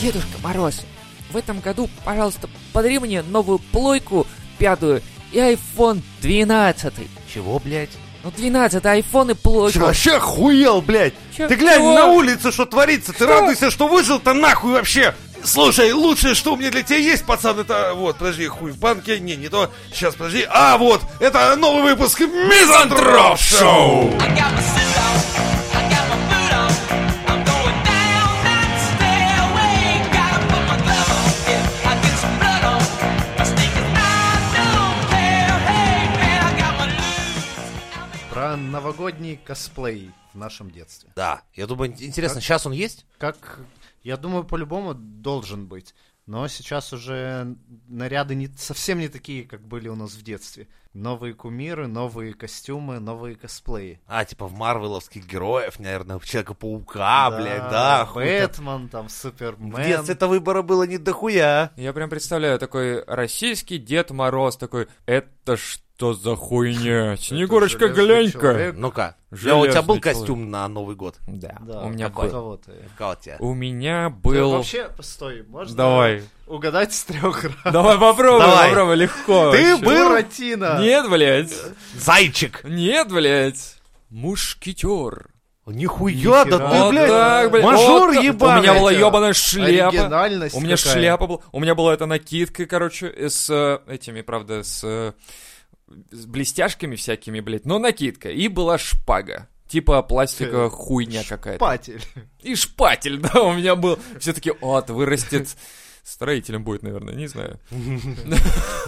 Дедушка Мороз, в этом году, пожалуйста, подари мне новую плойку пятую и iPhone 12. Чего, блядь? Ну, 12 iPhone и плойку. Ты вообще охуел, блядь! Чё- Ты глянь чего? на улицу, что творится! Ты Что? радуйся, что выжил-то нахуй вообще! Слушай, лучшее, что у меня для тебя есть, пацан, это... Вот, подожди, хуй в банке. Не, не то. Сейчас, подожди. А, вот, это новый выпуск Мизантроп Шоу! I got my suit on, I got my food on, I'm going down that stairway, gotta put my glove on, yeah, I get some blood on, my sneakers I don't care, hey man, I got my loot. Про новогодний косплей в нашем детстве. Да, я думаю, интересно, сейчас он есть? Как, я думаю, по-любому должен быть. Но сейчас уже наряды не, совсем не такие, как были у нас в детстве. Новые кумиры, новые костюмы, новые косплеи. А, типа в марвеловских героев, наверное, в Человека-паука, А, блядь, да. хуй там. Бэтмен, там, Супермен. В детстве это выбора было не дохуя. Я прям представляю, такой российский Дед Мороз, такой, это что за хуйня? Снегурочка, железный глянь-ка. человек. Ну-ка, я у тебя был Железный человек. костюм на Новый год? Да, Да, у меня какой? был. Кого-то. Какого у тебя? У меня Ты был... Вообще, постой, можно Давай. угадать с трех раз? Давай попробуй, Давай. попробуй, легко. вообще. Ты был- Буратино! Нет, блядь. Зайчик! Нет, блядь. Мушкетер. Нихуя, да Нихера. ты, Вот блядь, так, блядь. мажор вот так. ебаный. У меня была Это ебаная шляпа. Оригинальность У меня какая. шляпа была. У меня была эта накидка, короче, э, с э, этими, правда, с, э, с блестяшками всякими, блядь. Но накидка. И была шпага. Типа пластиковая хуйня какая-то. Патель. И шпатель, да, у меня был. Все таки от, вырастет. Строителем будет, наверное, не знаю.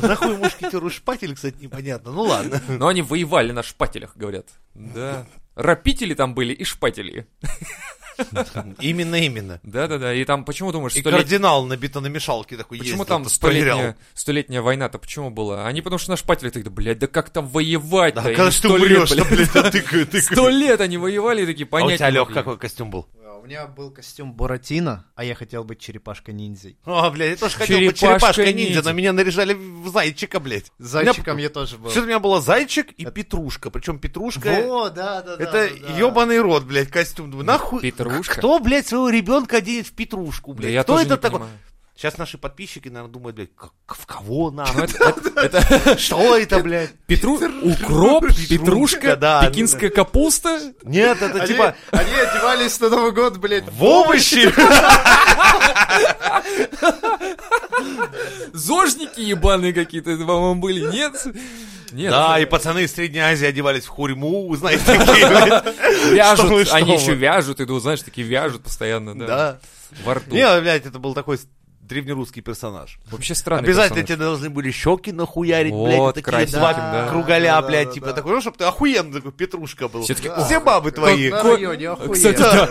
Нахуй мушкетеру шпатель, кстати, непонятно. Ну ладно. Но они воевали на шпателях, говорят. Да. Рапители там были и шпатели. Именно, именно. Да-да-да, и там почему думаешь, И что лет- кардинал на бетономешалке такой Почему ездил, там тут проверял. столетняя, столетняя война-то почему была? Они потому что на шпателе тогда, блядь, да как там воевать-то? Да, Они когда ж ты сто лет, умрешь, блядь, там, блядь, там тыкают, тыкают. Сто лет они воевали и такие, А у понятия тебя, не Лех, могли. какой костюм был? А, У меня был костюм Буратино, а я хотел быть черепашкой-ниндзей. А, блядь, я тоже хотел быть Черепашка черепашкой-ниндзя, но ниндзя. меня наряжали в зайчика, блядь. Зайчиком я тоже был. Все у меня было зайчик и петрушка. Причем петрушка... Во, да, да, да. Это да, да. ебаный рот, блядь, костюм. Думаю, нахуй... Петрушка? Кто, блядь, своего ребенка оденет в петрушку, Да блядь? я Кто тоже это не такой? понимаю. Сейчас наши подписчики, наверное, думают, блядь, как- в кого Ну, нахуй? это- это- это Что это, блядь? петру- укроп, петрушка, да, ну пекинская капуста. Нет, это Они, типа... они одевались на Новый год, блядь. В овощи! Зожники ебаные какие-то, это, по-моему, были, нет? Нет. Да, и пацаны из Средней Азии одевались в хурьму, знаете, такие, блядь. Вяжут, Что вы, что они вы. еще вяжут, идут, знаешь, такие вяжут постоянно, да. Да. Во рту. Не, блядь, это был такой с- древнерусский персонаж. Вообще странно. Обязательно тебе должны были щеки нахуярить, Вот, блядь, и такие красивым, два да. кругаля, Да, да, блядь, да, типа да. такой, ну, чтобы ты охуенно такой петрушка был. Все-таки, Все бабы твои. На районе, охуенно. Кстати, да,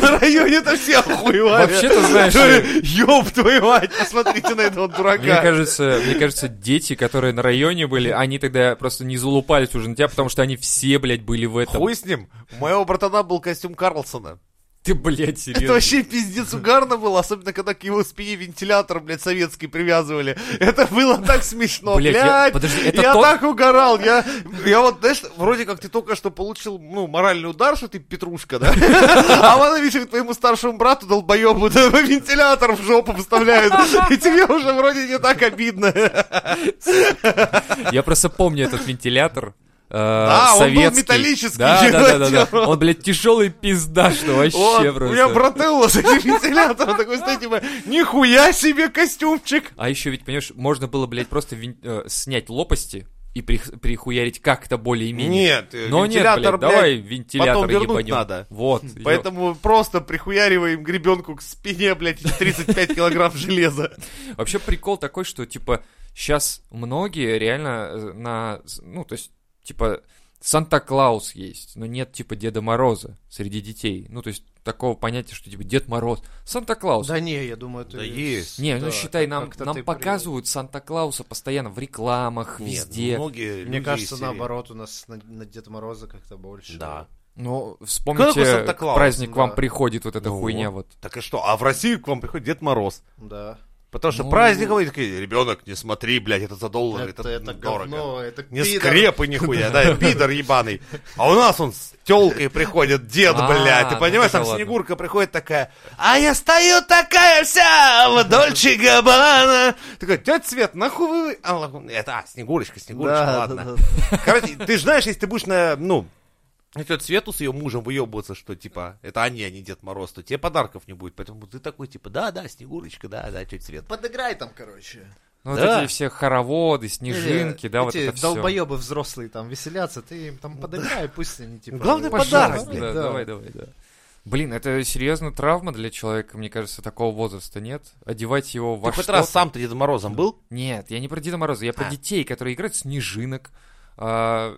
На районе-то все охуевали. Вообще-то, знаешь ли- Ёб твою мать, посмотрите на этого Мне дурака. кажется, мне кажется, дети, которые на районе были, они тогда просто не залупались уже на тебя, потому что они все, блядь, были в этом. Хуй с ним. У моего братана был костюм Карлсона. Ты, блядь, Это серьезно. вообще пиздец угарно было, особенно когда к его спине вентилятор, блядь, советский привязывали. Это было так смешно, Блядь, блядь. я- подожди, это я тот- так угорал. Я, я вот, знаешь, вроде как ты только что получил, ну, моральный удар, что ты петрушка, да? А вон, видишь, к твоему старшему брату долбоебу да, вентилятор в жопу вставляют. И тебе уже вроде не так обидно. Я просто помню этот вентилятор. Да, Да, он был советский. металлический, Да, да, да, да, да. чёрт. Он, блядь, тяжелый пизда, что Вот, вообще у меня просто. брателло с этим вентилятором такой стоит, типа, нихуя себе костюмчик. А еще ведь, понимаешь, можно было, блядь, просто вин- э, снять лопасти и прих- прихуярить как-то более-менее. Нет, э, Но нет, вентилятор, блядь, давай блядь, вентилятор потом вернуть ебанем. надо. Вот. Поэтому просто прихуяриваем гребенку к спине, блядь, эти 35 килограмм железа. Вообще прикол такой, что, типа, сейчас многие реально э, на... Ну, то есть, типа, Санта-Клаус есть, но нет, типа, Деда Мороза среди детей. Ну, то есть, такого понятия, что, типа, Дед Мороз. Санта-Клаус. Да не, я думаю, ты... Да есть. Не, да, ну считай, нам, как-то ты нам при- показывают Санта-Клауса постоянно в рекламах, ну, везде. многие Мне кажется, наоборот, у нас на, на Деда Мороза как-то больше. Да. Ну, Какой вспомните, Санта-Клаус, праздник к вам да. приходит вот эта Ну хуйня вот. Так и что? А в Россию к вам приходит Дед Мороз. Да. Потому что Ну. праздниковые такие, ребенок, не смотри, блядь, это за доллар, это, Это, это дорого. говно, это Не пидор. скрепы нихуя, да, пидор ебаный. А у нас он с телкой приходит, дед, А, блядь. Ты ну понимаешь, тогда там ладно. Снегурка приходит такая, а я стою такая вся в Дольче Габбана. Такой, тетя Свет, нахуй вы... А, ладно, Это, а, Снегурочка, Снегурочка, Да, ладно. да, да. Короче, ты же знаешь, если ты будешь на, ну, тетя Свету с ее мужем выебываться, что, типа, это они, а не Дед Мороз, то тебе подарков не будет. Поэтому ты такой, типа, да-да, Снегурочка, да-да, тетя Свет. Подыграй там, короче. Ну, Да. вот эти все хороводы, снежинки, да, вот Э, эти это все. долбоебы взрослые там веселятся, ты им там подыграй, пусть они типа... Главное, Пожалуйста, подарок, Да, давай, давай, да. Блин, это серьезно травма для человека, мне кажется, такого возраста нет. Одевать его во Ты хоть что-то. раз сам ты Дедом Морозом был? Нет, я не про Деда Мороза, я про А. детей, которые играют в снежинок. А,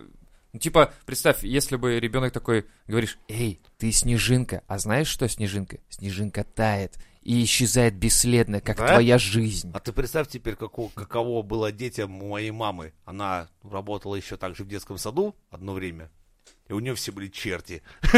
ну, типа, представь, если бы ребенок такой, говоришь, эй, ты снежинка, а знаешь, что снежинка? Снежинка тает и исчезает бесследно, как Да? твоя жизнь. А ты представь теперь, како- каково было детям у моей мамы. Она работала еще также в детском саду одно время. И у нее все были черти.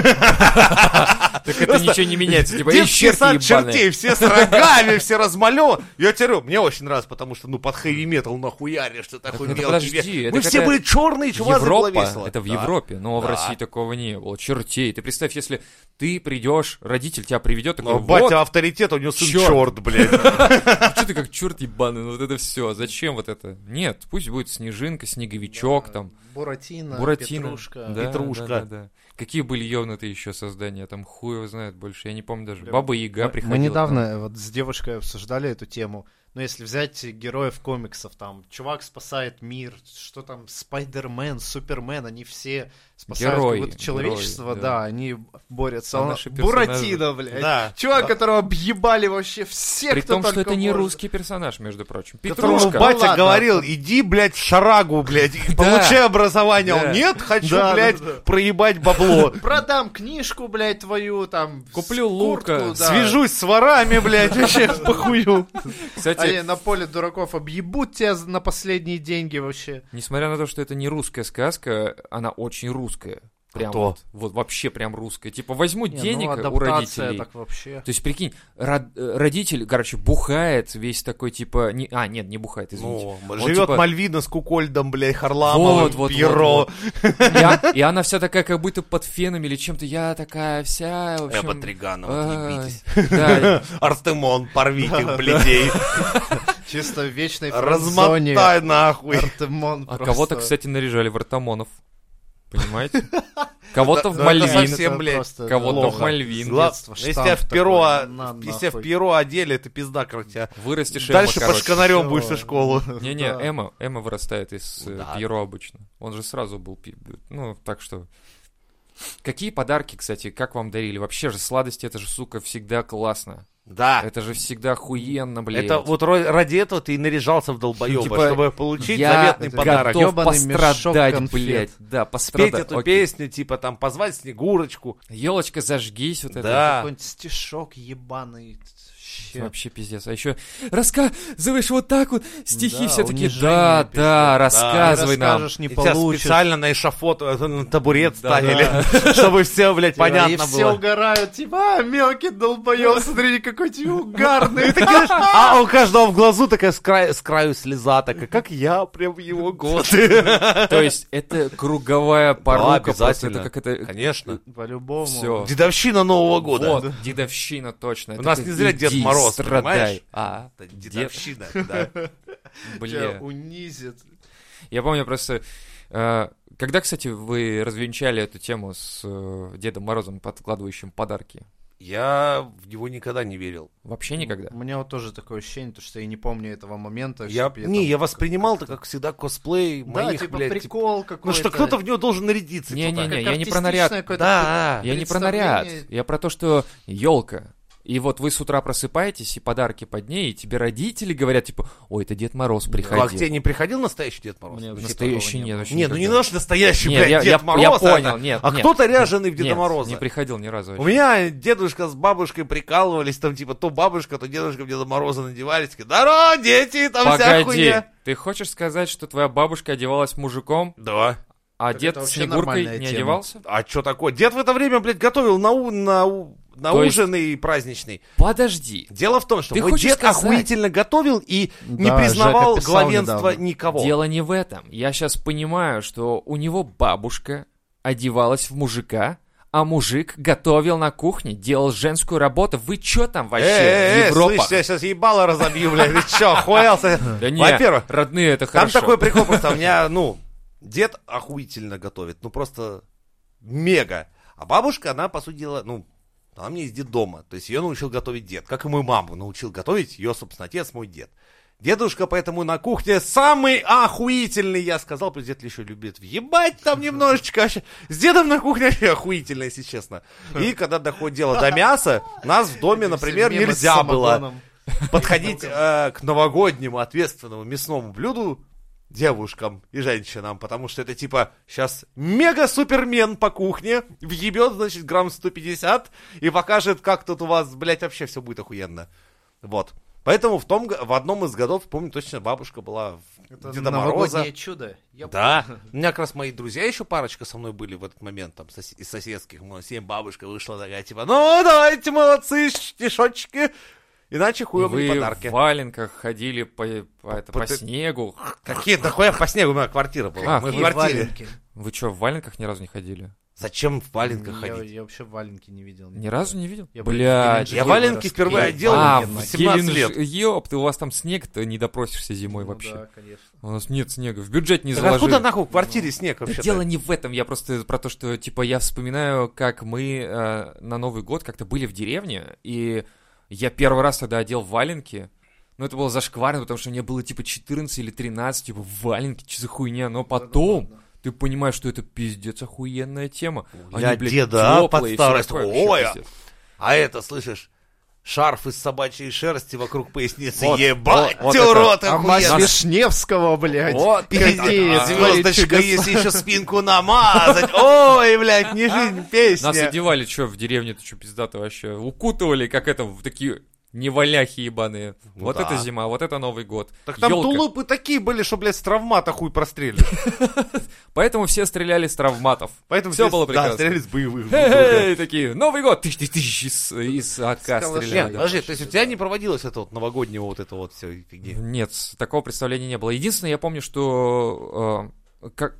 Так это ничего не меняется, типа, и Детский сад черти чертей, ебаные. все с рогами, все размалеваны. Я тебе говорю, мне очень нравится, потому что, ну, под хэви метал нахуяришь, что такой это мелкий подожди, ве- это Мы все какая- были черные, чувак, Европа, это в Европе, но в Да. России такого не было, чертей. Ты представь, если ты придешь, родитель тебя приведет, такой, Но вот, Ну, батя авторитет, у него сын Чёрт. черт, блядь. что ты как черт ебаный, ну вот это все, зачем вот это? Нет, пусть будет снежинка, снеговичок там, Буратино, Буратино. Петрушка. Да, Петрушка. да, да, да. Какие были ёвнутые еще создания, там хуй его знает больше, я не помню даже. Баба Яга приходила. Мы недавно вот с девушкой обсуждали эту тему. Но если взять героев комиксов, там, чувак спасает мир, что там, Спайдермен, Супермен, они все спасают Герои, как будто человечество, герои, да. да. они борются. А Он- наши персонажи- А Буратино, блядь. Да. Чувак, которого объебали вообще все, При кто том, что только это не может. русский персонаж, между прочим. Которому Петрушка. ба- батя Ну ладно. говорил, иди, блядь, в шарагу, блядь, и Да. получай образование. Он, Да. нет, хочу, Да, да, блядь, да. проебать бабло. Продам книжку, блядь, твою, там... Куплю с- лука, куртку, да. Свяжусь с ворами, блядь, вообще похую. Кстати, Они А на поле дураков объебут тебя на последние деньги вообще. несмотря на то, что это не русская сказка, она очень русская. Прям то. вот, вот вообще прям русская. Типа возьму Не, ну, денег у адаптация родителей. так вообще. То есть, прикинь, род- э, родитель, короче, бухает весь такой, типа... не- а, нет, не бухает, извините. Ну, Он, живет типа, Мальвина с Кукольдом, блядь, Харламовым, Вот, вот, Пьеро. вот, И, а- и она вся такая, как будто под фенами или чем-то. Я такая вся, Э, в общем... Тригановым, ай, Да, Артемон, порвите их, блядей. Чисто в вечной френдзоне. Размотай нахуй. Артемон а просто. кого-то, кстати, наряжали в Артамонов. Понимаете? Кого-то в Да, да, Мальвин, совсем, блядь, просто кого-то в плохо. А Мальвин. Гла- детства Если тебя штамп в перо, такой, на если тебя в нахуй. перо одели, это пизда, короче. тебя Вырастешь Эма, Дальше по короче. шканарем будешь на школу. Не-не, Да. Эма, Эма вырастает из э, Да. Пьеро обычно. Он же сразу был... пи- Ну, так что... Какие подарки, кстати, как вам дарили? Вообще же сладости, это же, сука, всегда классно. Да. Это же всегда охуенно, блядь. А. Это вот ро- ради этого ты и наряжался в долбоеба, Типа, чтобы получить Я заветный подарок. готов Ёбаный мешок пострадать, конфет. блядь. Да, Петь пострадать. эту Окей. песню, типа там позвать Снегурочку. Елочка, зажгись, вот это. Да. Какой-нибудь стишок ебаный. Это Вообще. А. Вообще пиздец. А еще рассказываешь вот так вот стихи, Да, все такие, унижение да, пиздец. да, Не рассказывай нам. расскажешь, не И тебя получишь. специально на эшафот, э, на табурет Да, ставили, чтобы все, блядь, Типа, понятно и было. все угорают, типа, а, мелкий долбоёб, смотри, какой ты Ну, угарный. А у каждого в глазу такая с, краю- с краю слеза, такая, как я, прям в его год. То есть это круговая Да, порука. просто. Ну, обязательно. Это как это... Конечно. По-любому. Всё. Дедовщина Нового года. Вот, дедовщина, точно. У Это нас ты не зря Дед иди, Мороз, понимаешь? страдай. А, Это дед, Дедовщина, да. бля. Тебя унизит. Я помню просто... э, Когда, кстати, вы развенчали эту тему с э, Дедом Морозом, подкладывающим подарки? Я в него никогда не верил. Вообще никогда? У меня вот тоже такое ощущение, то, что я не помню этого момента. Я, чтоб не, там- я воспринимал это, как всегда, косплей Да, моих, типа блядь, типа, прикол какой-то. Ну что кто-то в него должен нарядиться. Не, типа. не, не, Как я не про наряд. артистичное какое-то Да. Я не про наряд, представление. я про то, что елка. И вот вы с утра просыпаетесь, и подарки под ней, и тебе родители говорят, типа, ой, это Дед Мороз приходил. Как тебе не приходил настоящий Дед Мороз? Нет, Вообще настоящий такого не нет, было. вообще Не, ну не никогда. наш настоящий, Не, блядь, я- Дед я- я Мороз. а- понял, нет, А нет. кто-то ряженый в Деда Нет, Мороза. не приходил ни разу У вообще. меня дедушка с бабушкой прикалывались, там типа то бабушка, то дедушка в Деда Мороза надевались, такие, здорово, дети, там вся Погоди, хуйня. ты хочешь сказать, что твоя бабушка одевалась мужиком, Да. а Так это дед вообще Снегуркой нормальная не тема. одевался? А что такое? Дед в это время, блядь, готовил на, у- на у- на То есть- ужин и праздничный. Подожди. Дело в том, что Ты мой хочешь дед сказать- охуительно готовил и не Да, признавал Жека писал главенства недавно. никого. Дело не в этом. Я сейчас понимаю, что у него бабушка одевалась в мужика, а мужик готовил на кухне, делал женскую работу. Вы чё там вообще, Э, э, э, Европа? слышь, я сейчас ебало разобью, бля, ты чё, охуелся? Да не, Во-первых, родные, это там хорошо. такой прикол просто, у меня, ну, дед охуительно готовит, ну просто мега. А бабушка, она, по сути дела, ну, она мне из детдома, то есть ее научил готовить дед, как и мою маму научил готовить ее, собственно, отец мой дед. Дедушка поэтому на кухне самый охуительный, я сказал, плюс дед еще любит въебать там немножечко. вообще. С дедом на кухне вообще охуительно, если честно. И когда доходит дело до мяса, нас в доме, например, Все мемы с нельзя было самогоном. подходить э, к новогоднему ответственному мясному блюду девушкам и женщинам, потому что это типа сейчас мега-супермен по кухне, въебет, значит, грамм 150 и покажет, как тут у вас, блядь, вообще все будет охуенно. Вот. Поэтому в, том, г- в одном из годов, помню точно, бабушка была в Это Деда Мороза. новогоднее чудо. Я Да. У меня как раз мои друзья еще парочка со мной были в этот момент, там, сос- из соседских. Мы всем бабушка вышла такая, типа, ну, давайте, молодцы, стишочки. Иначе И хуевые Вы подарки. в валенках ходили по, по, это, По- по ты- снегу. Какие дохуя по снегу? У меня квартира была. А, Мы в И квартире. валенки. Вы что, в валенках ни разу не ходили? Зачем в валенках Я- ходить? Я вообще валенки не видел. Ни разу не видел? Я был в Блядь. Геленджике. Я валенки Я впервые я- одел а, в в 17 Геленджи- лет. Ёпт, у вас там снег-то не допросишься зимой Ну вообще. Да, конечно. У нас нет снега, в бюджет не Так заложили. откуда нахуй в квартире снег Да вообще? дело не в этом, я просто про то, что, типа, я вспоминаю, как мы э, на Новый год как-то были в деревне, и я первый раз тогда одел валенки, ну, это было зашкварно, потому что мне было, типа, 14 или 13, типа, валенки, че за хуйня, но потом ты понимаешь, что это пиздец охуенная тема. Я деда теплые, под всё старость, такое, такой, вообще «Ой, а пиздец». А это, слышишь, шарф из собачьей шерсти вокруг поясницы. Вот, Ебать, вот, вот это. урод А охуенный. мазь Вишневского, блядь. Вот И Какие а, твои звездочка, чудеса. если еще спинку намазать. Ой, блядь, не жизнь, Нас песня. одевали, что в деревне, ты что, пиздато вообще, укутывали, как это, в такие неваляхи ебаные. Ну вот да. это зима, вот это Новый год. Так там Ёлка. тулупы такие были, что, блядь, с травмата хуй прострелили. Поэтому все стреляли с травматов. Поэтому все здесь, было Да, прекрасно. стреляли с боевых. Хе-хей, такие, Новый год, тысяч тысяч из, из АК С калашами. стреляли. Нет, да. подожди, то есть у тебя не проводилось это вот новогоднего вот это вот все фигни? Нет, такого представления не было. Единственное, я помню, что э, как,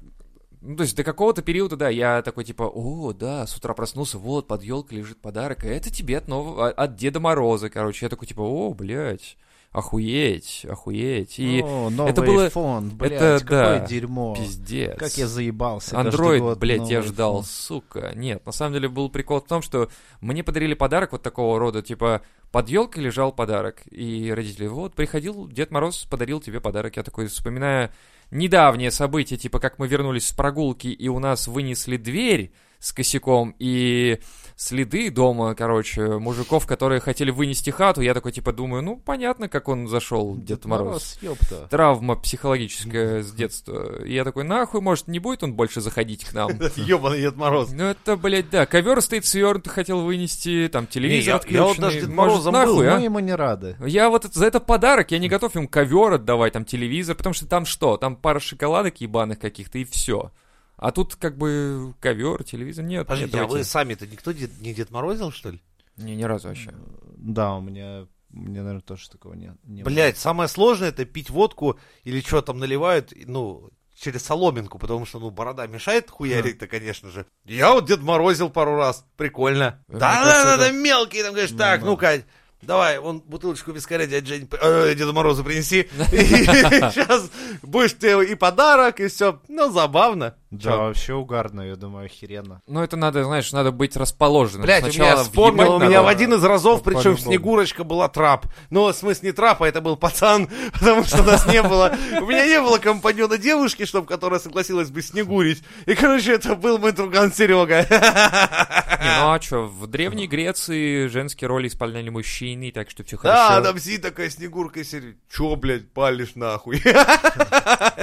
ну, то есть до какого-то периода, да, я такой типа, о, да, с утра проснулся, вот, под елкой лежит подарок, и это тебе от, нового, а, от Деда Мороза, короче. Я такой типа, о, блядь, охуеть, охуеть. И О, новый это было- iPhone, блядь, это какое да. дерьмо. пиздец. Как я заебался. Андроид, каждый год блядь, я новый ждал, iPhone. сука. Нет, на самом деле был прикол в том, что мне подарили подарок вот такого рода, типа под елкой лежал подарок, и родители, вот, приходил Дед Мороз, подарил тебе подарок. Я такой, вспоминая недавнее событие, типа как мы вернулись с прогулки, и у нас вынесли дверь с косяком, и следы дома, короче, мужиков, которые хотели вынести хату, я такой, типа, думаю, ну, понятно, как он зашел, Дед, Мороз ёпта. травма психологическая с детства. И я такой, нахуй, может, не будет он больше заходить к нам? Ебаный Дед Мороз. Ну это, блядь, да, ковер стоит свернутый, хотел вынести, там Не, я- телевизор я вот отключенный. даже Дед Может, Морозом был, ну нахуй, Мы а? ему не рады. Я вот это- за это подарок, я не готов им ковер отдавать, там телевизор, потому что там что? Там пара шоколадок ебаных каких-то и все. А тут как бы ковер, телевизор, нет. нет, Подожди, а давайте. вы сами-то никто дед- не Дед Морозил, что ли? Не, ни разу вообще. Да, у меня, мне, наверное, тоже такого нет. не было. Блять, самое сложное это пить водку или что там наливают, и, ну, через соломинку, потому что, ну, борода мешает хуярить-то, конечно же. Я вот Дед Морозил пару раз, прикольно. Да, Мне да, кажется, да, это- да, мелкий, там, конечно, так, ну-ка, давай, вон бутылочку вискаря дядя Жень, п- э, Деду Морозу принеси. Сейчас будешь тебе и подарок, и все. Ну, забавно. Да, Чё? вообще угарно, я думаю, охеренно. Ну это надо, знаешь, надо быть расположенным. Блять, у меня Сначала вспомнил, у въебать меня надо. в один из разов, Попали причем в голову. Снегурочка была трап. Но в смысле не трап, а это был пацан, потому что нас не было. У меня не было компаньона девушки, чтоб, которая согласилась бы снегурить. И, короче, это был мой друган Серега. Не, ну а что, в Древней Греции женские роли исполняли мужчины, так что все Да, хорошо. А, там си такая Снегурка и Серега. Чё, блядь, палишь нахуй?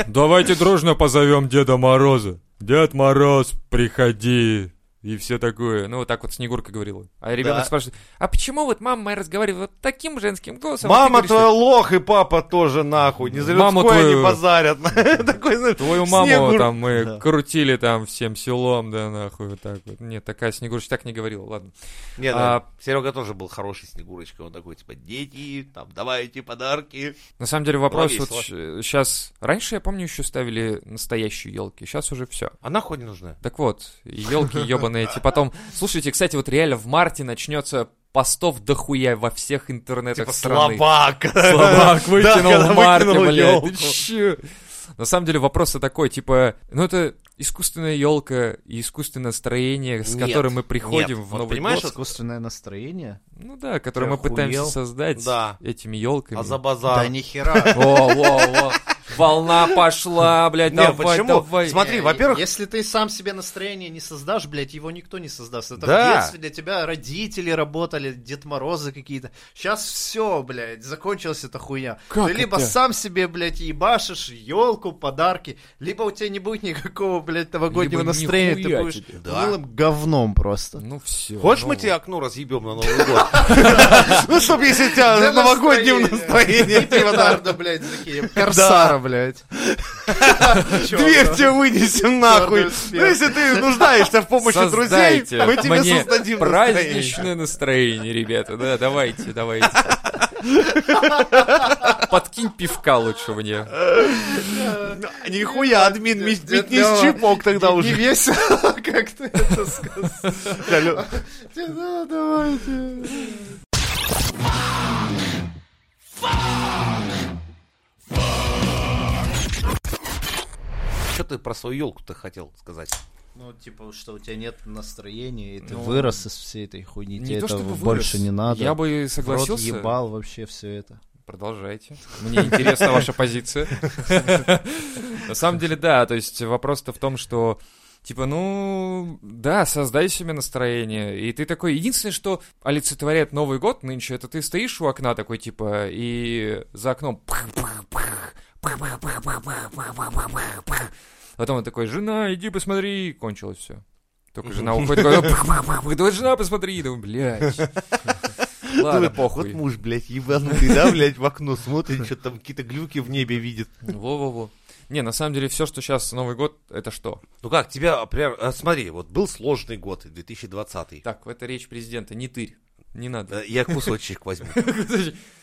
Давайте дружно позовем Деда Мороза. Дед Мороз, приходи. И все такое. Ну, вот так вот Снегурка говорила. А ребенок Да. спрашивает, а почему вот мама моя разговаривает вот таким женским голосом? а ты Мама говоришь, твоя лох и папа тоже нахуй. Не за Маму людское твою- не базарят. Такой, знаешь, Твою маму Снегур- там мы Да. крутили там всем селом, да нахуй, вот так вот. Нет, такая Снегурочка так не говорила, ладно. Не, да, А- Серега тоже был хороший Снегурочка. Он такой, типа, дети, там, давайте подарки. На самом деле вопрос Было вот сейчас... Раньше, я помню, еще ставили настоящие елки, сейчас уже все. А нахуй не нужна? Так вот, елки ебаные эти. Потом, слушайте, кстати, вот реально в марте начнется постов дохуя во всех интернетах Типа, страны. слабак. Слабак выкинул когда в марте, выкинул А блядь. ёлку. Ты чё? На самом деле вопрос такой, типа, ну это искусственная елка и искусственное строение, с Нет, которым мы приходим нет. в Вот Новый понимаешь, год. Искусственное настроение? Ну да, которое Ты мы пытаемся охуел? создать Да. этими елками. А за Да базар. нихера. Во, во, во. Волна пошла, блядь, Не, давай, почему? давай. Смотри, Э, во-первых- Если ты сам себе настроение не создашь, блядь, его никто не создаст. Это Да. в детстве для тебя родители работали, Дед Морозы какие-то. Сейчас все, блядь, закончилась эта хуйня. Как ты либо это? сам себе, блядь, ебашишь елку, подарки, либо у тебя не будет никакого, блядь, новогоднего Либо настроения. Ты нихуя будешь тебе. Да. милым говном просто. Ну все. Хочешь, мы тебе окно разъебем на Новый год? Ну, чтоб если у тебя типа, Для новогодним настроения. настроением, И петарда, блядь, такие. Корсара, блядь. дверь тебе вынесем нахуй. успех. Ну, если ты нуждаешься в помощи друзей, Создайте мы тебе мне создадим настроение. праздничное настроение, ребята. Да, давайте, давайте. Подкинь пивка лучше мне. Нихуя, админ, Дед- метнись Дед Лёва. чипок тогда Не уже. весело, как ты это сказал. Да, давайте. Что ты про свою елку-то хотел сказать? Ну, типа, что у тебя нет настроения, и ты Ну, вырос из всей этой хуйни, не тебе то, этого чтобы вырос. больше не надо. Я бы В рот согласился. ебал вообще все это. Продолжайте. Мне интересна ваша позиция. На самом деле, да, то есть вопрос-то в том, что Типа, ну, да, создай себе настроение. И ты такой, единственное, что олицетворяет Новый год нынче, это ты стоишь у окна такой, типа, и за окном... пых-пых-пых, пых-пых-пых-пых-пых-пых-пых-пых. Потом он такой, жена, иди посмотри, кончилось все. Только жена уходит, такой, «Пых-пых-пых-пых». давай, жена, посмотри, думаю, блядь. Ладно, Думает, похуй. Вот муж, блядь, ебанутый, да, блядь, в окно смотрит, что там какие-то глюки в небе видит. Во-во-во. Не, на самом деле, все, что сейчас Новый год, это что? Ну как, тебя, например, а, смотри, вот был сложный год, 2020. Так, это речь президента, не ты. Не Э, надо. Я кусочек возьму.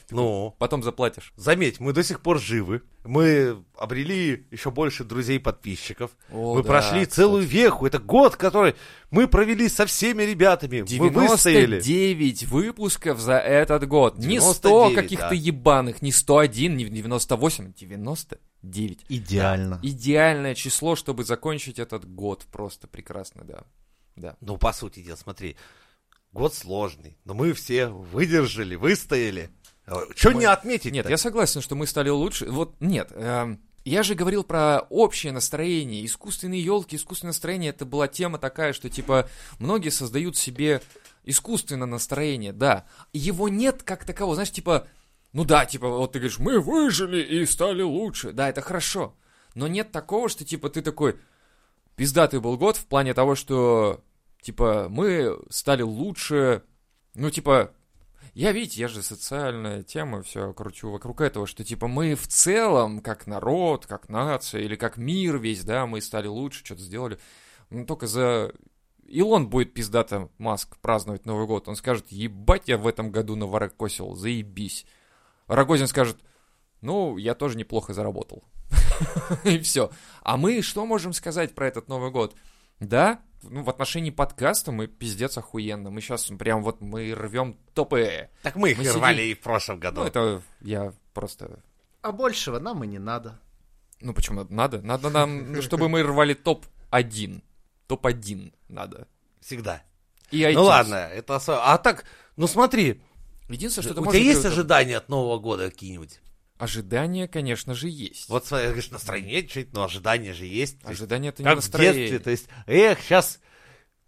Ну, Потом заплатишь. заметь, мы до сих пор живы. Мы обрели еще больше друзей-подписчиков. О, мы да, прошли кстати. целую веху. Это год, который мы провели со всеми ребятами. Мы выстояли. 99 выпусков за этот год. Не 100 99, каких-то да. ебаных, не 101, не 98, 99. Идеально. Идеальное число, чтобы закончить этот год. Просто прекрасно, да. Да. Ну, по сути дела, смотри, год сложный, но мы все выдержали, выстояли. Что Мы- не отметить? Нет, я согласен, что мы стали лучше. Вот, нет, эм, я же говорил про общее настроение. Искусственные елки, искусственное настроение это была тема такая, что типа многие создают себе искусственное настроение, да. Его нет как такового, знаешь, типа, ну да, типа, вот ты говоришь, мы выжили и стали лучше. Да, это хорошо. Но нет такого, что типа ты такой пиздатый был год в плане того, что типа мы стали лучше. Ну, типа, я, видите, я же социальная тема, все кручу вокруг этого, что типа мы в целом, как народ, как нация или как мир весь, да, мы стали лучше, что-то сделали. Ну, только за... Илон будет пиздато Маск праздновать Новый год. Он скажет, ебать, я в этом году наворокосил, заебись. Рогозин скажет, ну, я тоже неплохо заработал. И все. А мы что можем сказать про этот Новый год? Да, ну, в отношении подкаста мы пиздец охуенно. Мы сейчас прям вот мы рвем топы. Так мы их Мы и сидим- рвали и в прошлом году. Ну, это я просто... А большего нам и не надо. Ну, почему надо? надо? Надо нам, ну, чтобы мы рвали топ-1. Топ-1 надо. Всегда. И Ну iTunes. ладно, это осо- А так, ну смотри, Единственное, что ты у тебя можешь есть делать- ожидания от Нового года какие-нибудь? Ожидания, конечно же, есть. Вот, смотри, говоришь, настроение чуть, но ожидания же есть. То есть, Ожидания — это не Как в детстве, настроение. то есть, эх, сейчас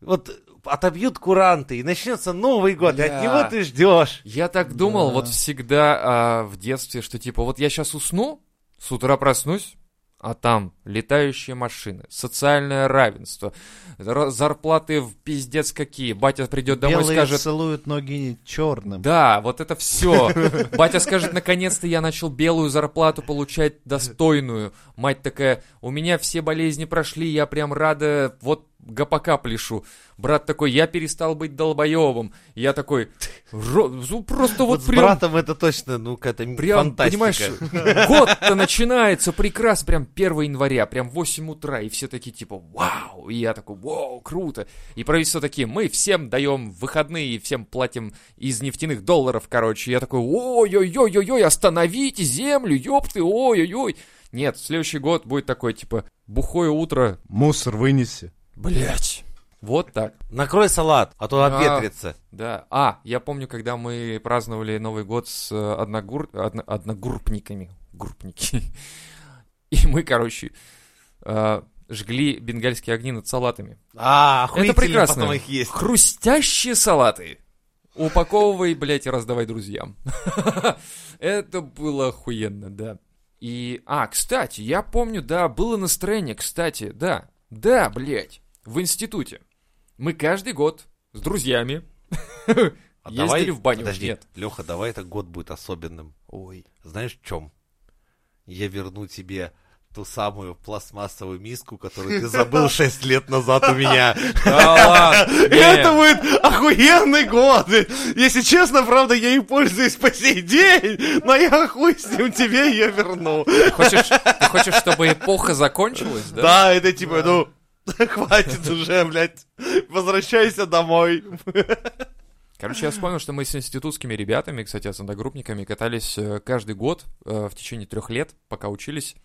вот отобьют куранты, и начнется Новый год, и Бля. от него ты ждешь. Я так думал Да. вот всегда а, в детстве, что типа вот я сейчас усну, с утра проснусь, а там летающие машины, социальное равенство, ра- зарплаты в пиздец какие. Батя придет домой и Белые скажет, целуют ноги черным. да, вот это все. Батя скажет, наконец-то я начал белую зарплату получать достойную. Мать такая, у меня все болезни прошли, я прям рада, вот ГПК пляшу. Брат такой, я перестал быть долбоебом. Я такой, «Ро- ну, просто Вот, вот с прям... братом это точно, ну, какая-то Прям, фантастика. понимаешь, э, год-то начинается прекрасно, прям 1 января, прям 8 утра, и все такие типа «Вау!» И я такой «Вау, круто!» И правительство такие «Мы всем даем выходные, и всем платим из нефтяных долларов, короче». И я такой «Ой-ой-ой-ой-ой, остановите землю, ёпты, ой-ой-ой!» Нет, следующий год будет такой типа «Бухое утро, Мусор вынеси. блять Вот так. Накрой салат, а то А. обветрится. Да. А, я помню, когда мы праздновали Новый год с э, одногур... одно- одногруппниками. Группники. И мы, короче, э, жгли бенгальские огни над салатами. А, охуительно, Это прекрасно. потом их есть. Хрустящие салаты. Упаковывай, блядь, и раздавай друзьям. Это было охуенно, да. И, а, кстати, я помню, да, было настроение, кстати, да. Да, блядь, в институте. Мы каждый год с друзьями А ездили в баню. Подожди, Нет. Леха, давай этот год будет особенным. Ой. Знаешь, в чем? Я верну тебе ту самую пластмассовую миску, которую ты забыл 6 лет назад у меня. Да ладно. И Это будет охуенный год. Если честно, правда, я им пользуюсь по сей день, но я хуй с ним тебе ее верну. Хочешь, ты хочешь, чтобы эпоха закончилась, да? Да, это типа, ну, хватит уже, блядь, возвращайся домой. Короче, я вспомнил, что мы с институтскими ребятами, кстати, с одногруппниками катались э, каждый год э, в течение трех лет, пока учились.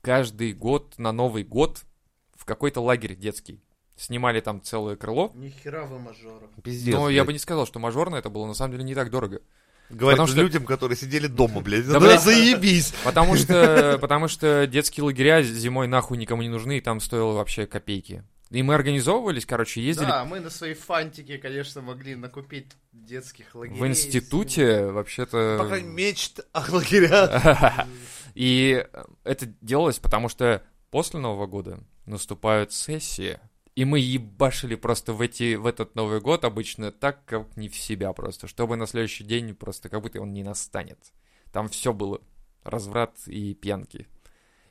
Каждый год на Новый год в какой-то лагерь детский. Снимали там целое крыло. Нихера вы мажоров. Пиздец. Но Ну, я бы не сказал, что мажорно это было, на самом деле не так дорого. Говорит потому что- людям, которые сидели дома, блядь. Да, Да, блядь. заебись. Потому что, потому что детские лагеря зимой нахуй никому не нужны, и там стоило вообще копейки. И мы организовывались, короче, ездили Да, мы на свои фантики, конечно, могли накупить детских лагерей. в институте, э, вообще-то... Пока мечт о лагерях. И э, это делалось, потому что после Нового года наступают сессии, и мы ебашили просто в, эти, в этот Новый год обычно так, как не в себя просто, чтобы на следующий день просто как будто он не настанет. Там все было. Разврат и пьянки.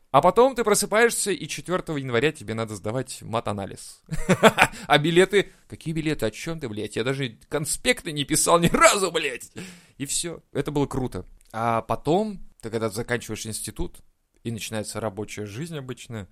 А потом ты просыпаешься, и 4 января тебе надо сдавать мат-анализ. А билеты... Какие билеты? О чем ты, блядь? Я даже конспекты не писал ни разу, блядь! И все. Это было круто. А потом, ты когда заканчиваешь институт, и начинается рабочая жизнь обычно,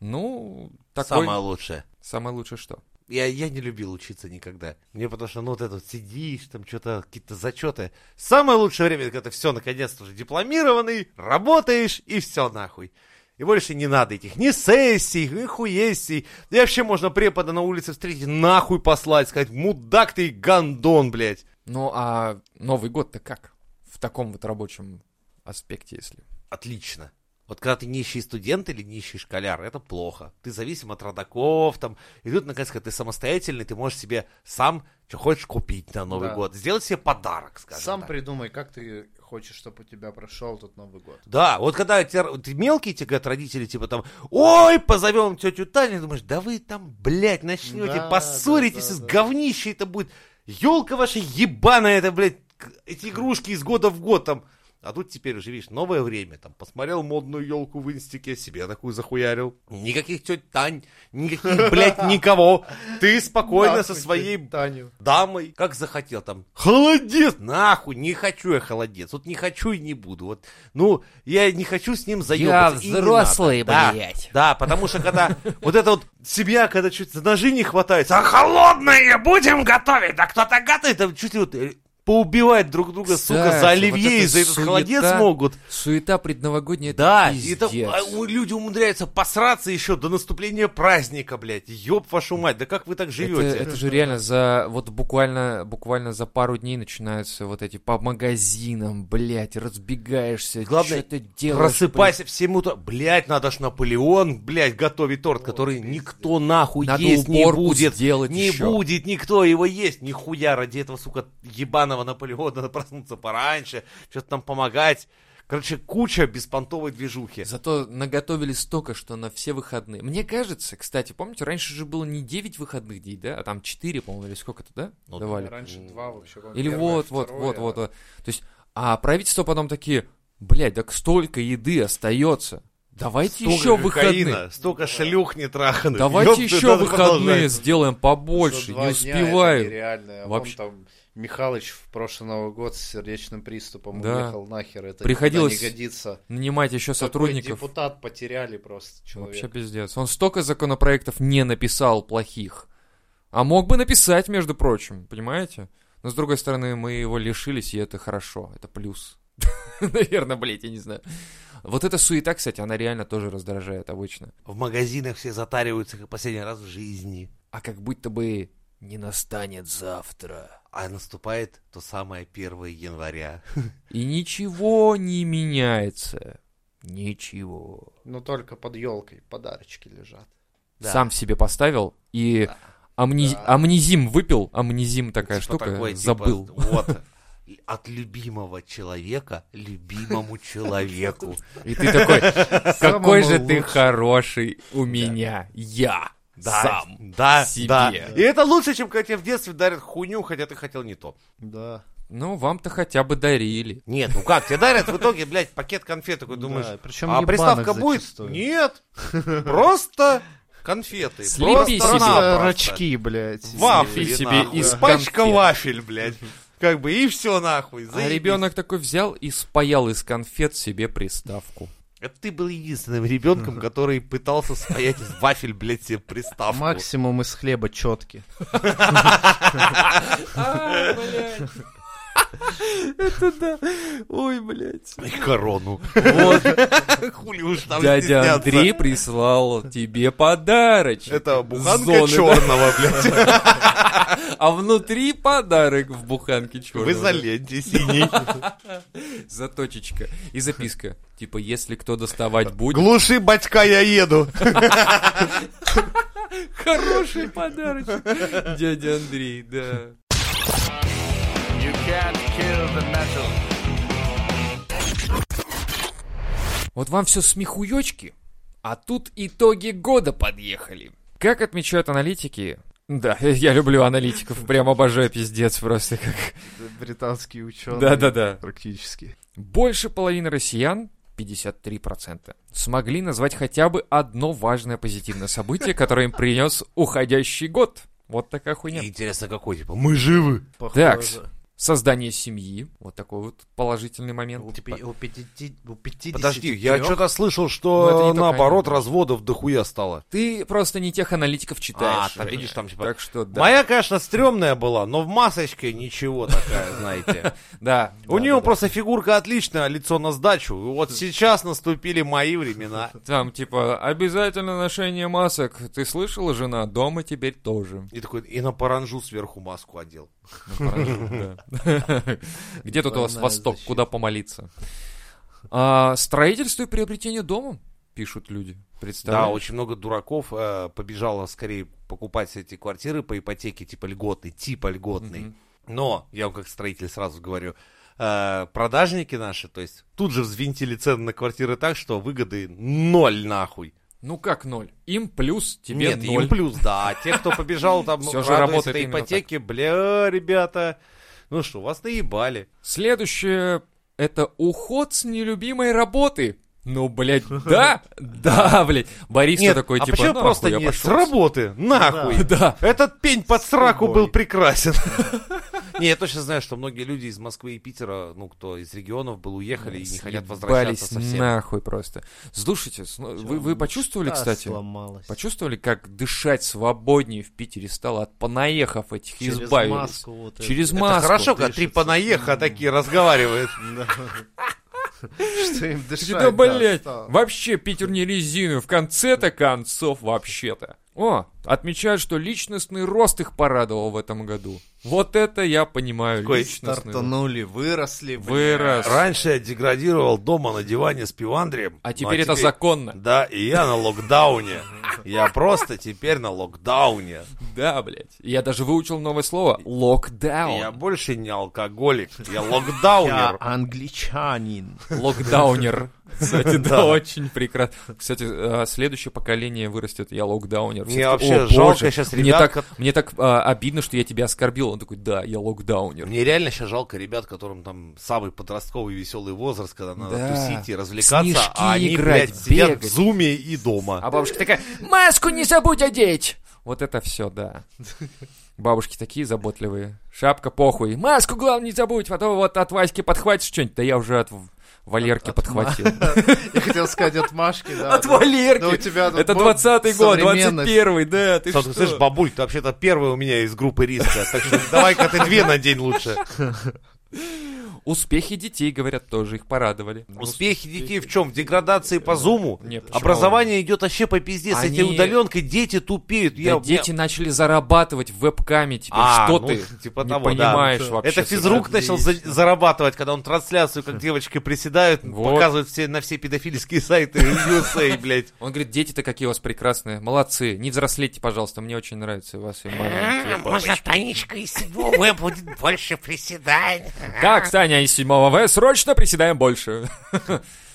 ну, такой... Самое лучшее. Самое лучшее что? Я, я не любил учиться никогда. Мне потому что, ну, вот это вот сидишь, там что-то, какие-то зачеты. Самое лучшее время, когда ты все, наконец-то уже дипломированный, работаешь, и все нахуй. И больше не надо этих ни сессий, ни хуессий. И вообще можно препода на улице встретить, нахуй послать, сказать, мудак ты и гандон, блядь. Ну, а Новый год-то как? В таком вот рабочем аспекте, если... отлично. Вот когда ты нищий студент или нищий школяр, это плохо. Ты зависим от родаков, там. И тут, наконец, когда ты самостоятельный, ты можешь себе сам, что хочешь, купить на Новый Да. год. Сделать себе подарок, скажем Сам так. придумай, как ты хочешь, чтобы у тебя прошел этот Новый год. Да, вот когда те- ты мелкий, тебе говорят родители, типа там, ой, позовем тетю Таню, думаешь, да вы там, блядь, начнете, Да, поссоритесь, да, да, с да. говнище это будет, елка ваша ебаная, это, блядь, к- эти игрушки из года в год там. А тут теперь уже, видишь, новое время, там, посмотрел модную елку в инстике, себе такую захуярил. Никаких теть Тань, никаких, блядь, никого. Ты спокойно со Нахуй ты, своей Таню. дамой, как захотел там. Холодец! Нахуй, не хочу я холодец. Вот не хочу и не буду. Вот, ну, я не хочу с ним заебаться. и не взрослый, надо. Да, блядь. Да, потому что когда вот это вот семья, когда чуть за ножи не хватает, а холодные будем готовить, да кто-то готовит, там чуть ли вот э, поубивать друг друга, сука, Кстати, за оливье вот это и за этот суета. холодец могут. Суета предновогодняя, это Да, и пиздец. это, а, у- люди умудряются посраться еще до наступления праздника, блядь. Ёб вашу мать, да как вы так Это, живете? это же реально за вот буквально буквально за пару дней начинаются вот эти по магазинам, блядь, разбегаешься, Главное, что ты делаешь? Просыпайся в 7 утра. Блять, надо ж Наполеон, блядь, готовить торт, который никто нахуй Надо есть не уборку будет. сделать не еще. будет никто его есть. Нихуя ради этого, сука, ебаного Наполеона надо проснуться пораньше, что-то там помогать. Короче, куча беспонтовой движухи. Зато наготовили столько, что на все выходные. Мне кажется, кстати, помните, раньше же было не 9 выходных дней, да, а там 4, по-моему, или сколько то да, Ну, давали? Раньше два вообще. по-моему, Или первое, вот, вот, второе, вот, а вот, вот. То есть, а правительство потом такие, блядь, так столько еды остается. Давайте еще выходные. кокаина, столько шлюх не траханных. Давайте Ёпта, еще надо выходные продолжать. сделаем побольше. за Не два дня это успеваю. нереально. А вон Вообще. там Михалыч в прошлый Новый год с сердечным приступом Да. уехал нахер. Это Приходилось никуда не годится. Нанимать еще Такой сотрудников. депутат потеряли просто человека. Вообще пиздец. Он столько законопроектов не написал плохих. А мог бы написать, между прочим, понимаете? Но с другой стороны, мы его лишились, и это хорошо. Это плюс. Наверное, блядь, я не знаю. Вот эта суета, кстати, она реально тоже раздражает обычно. В магазинах все затариваются, как последний раз в жизни. А как будто бы не настанет завтра. А наступает то самое 1 января. И ничего не меняется. Ничего. Но Ну, только под елкой подарочки лежат. Да. Сам себе поставил и амни- Да. амнизим выпил. Амнизим такая Типа штука. такой, типа, забыл. вот. От любимого человека любимому человеку. И ты такой, Самому какой же ты лучшему. хороший у меня. Я сам. да, себе. да. И это лучше, чем когда тебе в детстве дарят хуйню, хотя ты хотел не то. Да. Ну, вам-то хотя бы дарили. Нет, ну как, тебе дарят в итоге, блядь, пакет конфет, такой Да, думаешь, причем а ебаных приставка будет? зачастую. Нет, просто конфеты. Слепи Просто себе. напросто. Рачки, блядь. Вафли, Слепи себе нахуй. из Пачка конфет. вафель, блядь. Как бы, и все нахуй. А заебись. ребенок такой взял и спаял из конфет себе приставку. Это ты был единственным ребенком, который пытался спаять из вафель, блядь, себе приставку. Максимум из хлеба четки. Ой, блядь. И корону. Вот Хули уж там дядя стесняться. Андрей прислал тебе подарочек. Это буханка Зоны, черного, блядь. да. А внутри подарок в буханке Вы черного. изоленте синий. Заточечка. И записка. Типа, если кто доставать будет... Глуши, батька, я еду. Хороший подарочек. Дядя Андрей, да. Вот вам все смехуёчки, а тут итоги года подъехали. Как отмечают аналитики... Да, я люблю аналитиков, прям обожаю пиздец просто. как- Британские ученые. Да-да-да. Практически. Больше половины россиян, 53%, смогли назвать хотя бы одно важное позитивное событие, которое им принес уходящий год. Вот такая хуйня. Интересно, какой, типа, мы живы. Такс. Создание семьи. Вот такой вот положительный момент. Типа, у пяти- у 53 Подожди, я что-то слышал, Ну, это что не только наоборот они. разводов дохуя стало. Ты просто не тех аналитиков читаешь. А, там, видишь, там типа- Так что да. Моя, конечно, стрёмная была, но в масочке ничего такая, знаете. Да. У нее просто фигурка отличная, а лицо на сдачу. И Вот сейчас наступили мои времена. Там типа обязательно ношение масок. Ты слышала, жена? Дома теперь тоже. И такой, и на паранжу сверху маску одел. Ну, хорошо, да. Где тут у вас Двойная Восток? защита. Куда помолиться? А, Строительство и приобретение дома, пишут люди. Да, Представляешь? очень много дураков э, побежало скорее покупать эти квартиры по ипотеке, типа льготный, типа льготный. Мгм. Но, я вам как строитель сразу говорю, э, продажники наши, то есть тут же взвинтили цены на квартиры так, что выгоды ноль нахуй. Ну как ноль? Им плюс, тебе Нет, ноль. им плюс, да. А те, кто побежал там, Всё же радуясь работает этой именно так. ипотеке, бля, ребята, ну что, вас наебали. Следующее это уход с нелюбимой работы. Ну, блядь, да, да, блядь. Борис Нет, такой, а типа, почему «Нахуй просто я нет? С пошёл». работы, нахуй. Да, Этот пень под сраку Собой. был прекрасен. Не, я точно знаю, что многие люди из Москвы и Питера, ну, кто из регионов был, уехали и не хотят возвращаться Съебались совсем. нахуй просто. Слушайте, с- ну, вы, ну, вы почувствовали, Мечта кстати? сломалась. Почувствовали, как дышать свободнее в Питере стало от понаехав этих Через избавились? маску вот эту. Через Это маску. хорошо, когда три понаеха такие разговаривают. Да. Что им дышать? Ты что, да, блядь, стало? вообще Питер не резину, в конце-то концов вообще-то. О, отмечают, что личностный рост их порадовал в этом году. Вот это я понимаю, Какой личностный рост. Стартанули, выросли. блин. Вырос. Раньше я деградировал дома на диване с пивандрием. А ну, теперь это законно. Да, и я на локдауне. Я просто теперь на локдауне. Да, блядь. Я даже выучил новое слово. Я Локдаун. больше не алкоголик, я Я локдаунер. англичанин. Локдаунер. Кстати, да, Да. очень прекрасно. Кстати, э, следующее поколение вырастет, я локдаунер. Все такие, Мне вообще «О, жалко боже, щас Мне ребят, так, кот- мне так э, обидно, что я тебя оскорбил. Он такой, да, я локдаунер. Мне реально сейчас жалко ребят, которым там самый подростковый веселый возраст, когда надо Да. тусить и развлекаться, Снежки а они, играть, блядь, сидят в бегать. зуме и дома. А бабушка такая, маску не забудь одеть! Вот это все, да. Бабушки такие заботливые. Шапка похуй. Маску главное не забудь, а то вот от Васьки подхватишь что-нибудь. Да я уже от В- Валерки подхватил. Я хотел сказать от Машки, да. От да. Валерки! Да у тебя тут Это бо- 20-й год, современность. 21-й, да, ты Слушай, что? слышишь, бабуль, ты вообще-то первая у меня из группы риска, так что давай-ка ты две на день лучше. Успехи детей, говорят, тоже их порадовали. Успехи детей в чем? В деградации по зуму? Не, почему? Образование идет вообще по пизде. С этой Они- удаленкой дети тупеют. Да Я- дети я- начали зарабатывать в вебкаме теперь. А, что ну, ты типа не того, да. понимаешь вообще? Это физрук Сергей? начал за- зарабатывать, когда он трансляцию, как девочки приседают, Вот. показывает все, на все педофильские сайты USA, блядь. Он говорит, дети-то какие у вас прекрасные, молодцы, не взрослейте, пожалуйста, мне очень нравится вас и маленькие бабочки». Танечка из седьмого будет больше приседать. Так, Саня из 7 В, срочно приседаем больше.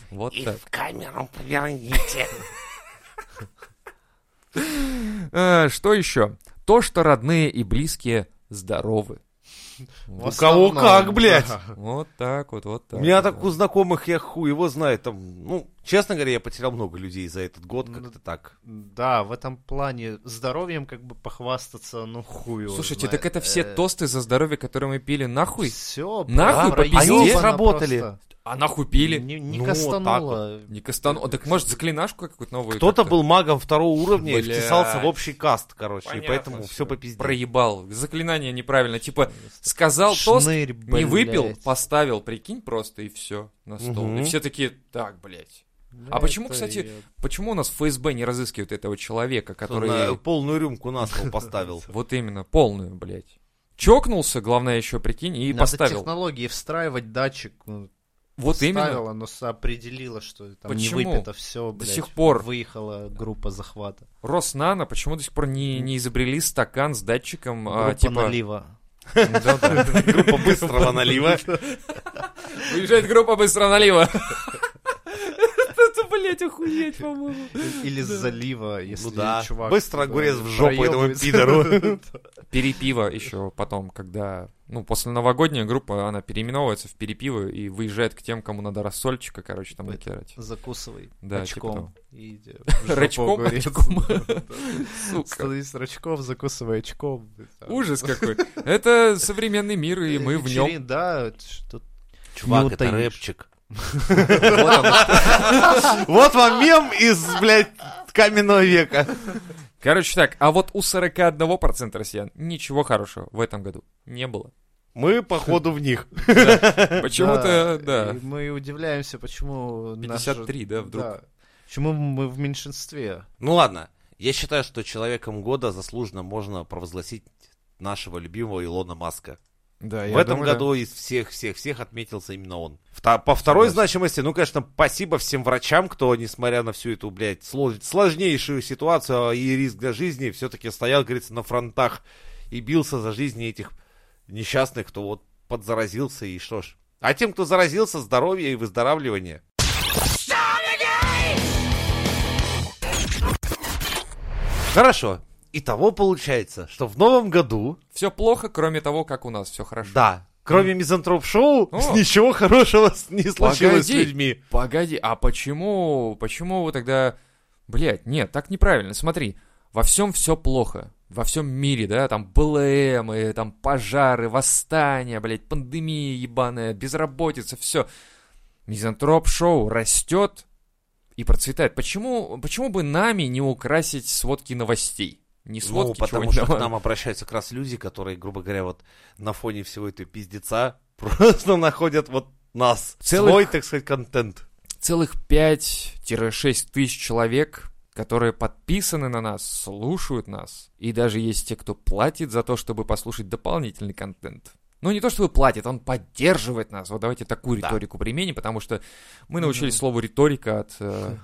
Вот так. камеру поверните. Э, Что еще? То, что родные и близкие здоровы. В У кого основном, как, блядь. да. Вот так вот, вот так. У меня вот. так у знакомых, я хуй его знает. Там, ну, честно говоря, я потерял много людей за этот год, Ну, как-то так. Да, в этом плане здоровьем как бы похвастаться, ну хуй его Слушайте, знает. Э, так это все э. тосты за здоровье, которые мы пили, нахуй? Все, Нахуй попиздеть? Сработали. А нахуй пили? Не, не Ну, кастануло. Не Костан... О, Так может, заклинашку какую-то новую? Кто-то как-то? был магом второго уровня и Блядь. вписался в общий каст, короче, и Понятно поэтому всё. все по пизде. проебал. Заклинание неправильно. Типа, сказал тост, не Шнырь, блядь. выпил, поставил, прикинь, просто и все на стол. И Мгм. все такие, так, блядь. Ну, А почему, это кстати, я- Почему у нас ФСБ не разыскивает этого человека, который... На полную рюмку на стол поставил. Вот именно, полную, блядь. Чокнулся, главное еще, прикинь, и Надо поставил. технологии вставить датчик. ну, Вот именно. вставило, но с- определило, что там Почему? не выпито все, До блядь. сих пор. Выехала группа захвата. Роснано почему до сих пор не, не изобрели стакан с датчиком, а, группа типа... налива. Да-да. Группа быстрого налива. Выезжает группа быстро налива. Это, блядь, охуеть, по-моему. Или с залива, если Ну да. чувак... типа, Быстро да, огурец в жопу этому проебывается. пидору. Перепиво еще потом, когда... Ну, после новогодняя группа, она переименовывается в перепиво и выезжает к тем, кому надо рассольчика, короче, там Б- накидать. Закусывай Да, очком. типа И иди в жопу Рачком, огурец. очком. Сука. Становись рачком, закусывай очком. Да. Ужас какой. Это современный мир, и мы в нем. Вечерин- Да, это что Чувак, Не это утаишь. рэпчик. Вот вам мем из, блядь, каменного века. Короче так, а вот у 41% россиян ничего хорошего в этом году не было. Мы, походу, в них. Почему-то, да. А, и мы удивляемся, почему... наш- 53, да, вдруг. Почему мы в меньшинстве? Ну ладно, я считаю, что человеком года заслуженно можно провозгласить нашего любимого Илона Маска. Да, в этом году из всех-всех-всех отметился именно он. Вта- по второй значимости, ну, конечно, спасибо всем врачам, кто, несмотря на всю эту, блядь, сло- сложнейшую ситуацию а, и риск для жизни, все-таки стоял, говорится, на фронтах и бился за жизни этих несчастных, кто вот подзаразился и что ж. А тем, кто заразился, здоровье и выздоравливание. Хорошо. Итого получается, что в новом году Все плохо, кроме того, как у нас все хорошо. Ну. да. Кроме мизантроп-шоу, О. ничего хорошего с- не случилось с Погоди. людьми. Погоди, а почему, почему вы тогда... Блять, нет, так неправильно, смотри. Во всем все плохо. Во всем мире, да, там БЛМ, и там пожары, восстания, блять, пандемия ебаная, безработица, все. Мизантроп-шоу растет и процветает. Почему, почему бы нами не украсить сводки новостей? Не сводки ну, потому чего-нибудь что к там. нам обращаются как раз люди, которые, грубо говоря, вот на фоне всего этого пиздеца просто находят вот нас. Целых- Свой, так сказать, контент. целых 5-6 тысяч человек которые подписаны на нас, слушают нас. И даже есть те, кто платит за то, чтобы послушать дополнительный контент. Ну, не то, чтобы платит, он поддерживает нас. Вот давайте такую риторику применим, потому что мы научились слову риторика от, э,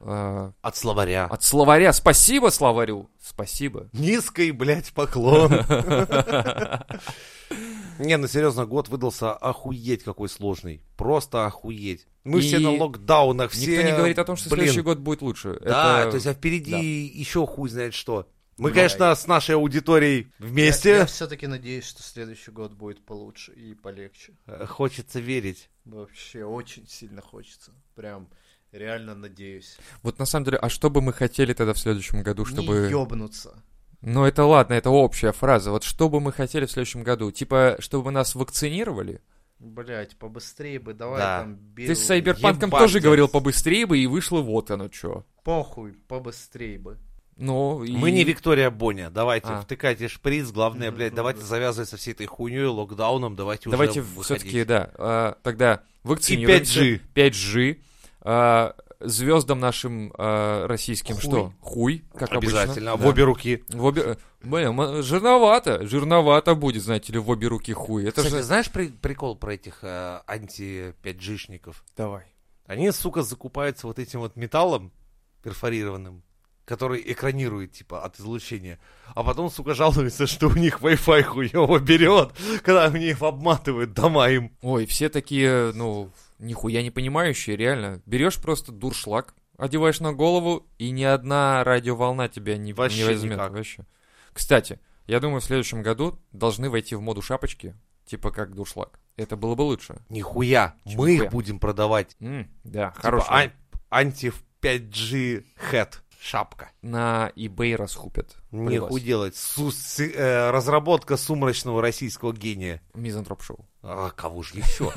э, От словаря. от словаря. Спасибо словарю. Спасибо. Низкий, блядь, поклон. Не, ну серьезно, год выдался охуеть какой сложный. Просто охуеть. Мы И все на локдаунах, все... Никто не говорит о том, что блин, следующий год будет лучше. Да, Это- то есть, а впереди да. Ну, еще хуй знает что. Мы, Да. конечно, с нашей аудиторией Я, вместе. все-таки надеюсь, что следующий год будет получше и полегче. Э, Хочется верить. Вообще очень сильно хочется. Прям реально надеюсь. Вот на самом деле, а что бы мы хотели тогда в следующем году, чтобы... Не ёбнуться. Ну это ладно, это общая фраза. Вот что бы мы хотели в следующем году? Типа, чтобы нас вакцинировали? Блять, побыстрее бы, давай Да. там бей. Ты с Сайберпанком ебать, тоже блядь. говорил побыстрее бы, и вышло вот оно что. Похуй, побыстрее бы. Ну, и... Мы не Виктория Боня. Давайте, А. М-м-м. втыкайте шприц. Главное, блядь, давайте завязывать со всей этой хуйней, локдауном. Давайте уже Давайте выходить. все-таки, да, а, тогда вакцинируемся. 5G. 5G. а, звездам нашим а, российским Хуй. что? Хуй, как Обязательно. обычно. В обе руки. Да. В обе- Блин, м- жирновато, жирновато будет, знаете ли, в обе руки хуй. Это Кстати, же... знаешь при- прикол про этих э, анти-5G-шников? Давай. Они, сука, закупаются вот этим вот металлом перфорированным, который экранирует, типа, от излучения. А потом, сука, жалуются, что у них Wi-Fi хуёво берет, когда они их обматывают дома им. Ой, все такие, ну, нихуя не понимающие, реально. Берешь просто дуршлаг, одеваешь на голову, и ни одна радиоволна тебя не, Вообще не возьмет. никак. Вообще. Кстати, я думаю, в следующем году должны войти в моду шапочки, типа как дуршлаг. Это было бы лучше. Нихуя, Чё мы нихуя? их будем продавать. М, да, Типа, хорошо. ан- анти-5G хэт, шапка. На eBay расхупят. Нихуя делать. Су- с- э, разработка сумрачного российского гения. Мизантроп шоу. А кого же еще?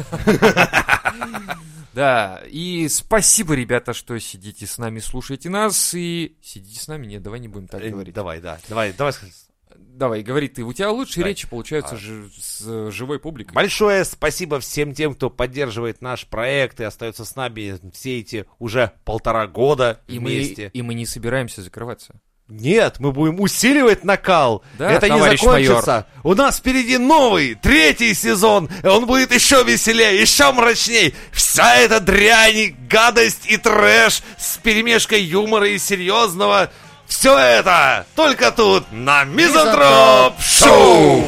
Да, и спасибо, ребята, что сидите с нами, слушаете нас, и сидите с нами. Нет, давай не будем так Э, говорить. Давай, да. Давай, давай. скажи. Давай, говори ты. У тебя лучшие Давай. речи получаются А. жи- с э, живой публикой. Большое спасибо всем тем, кто поддерживает наш проект и остается с нами все эти уже полтора года И мы, вместе. и мы не собираемся закрываться. Нет, мы будем усиливать накал. Да, Это не товарищ закончится. У нас впереди новый, третий сезон. и Он будет еще веселее, еще мрачней. Вся эта дрянь, гадость и трэш с перемешкой юмора и серьезного. Все это только тут, на Мизантроп Шоу!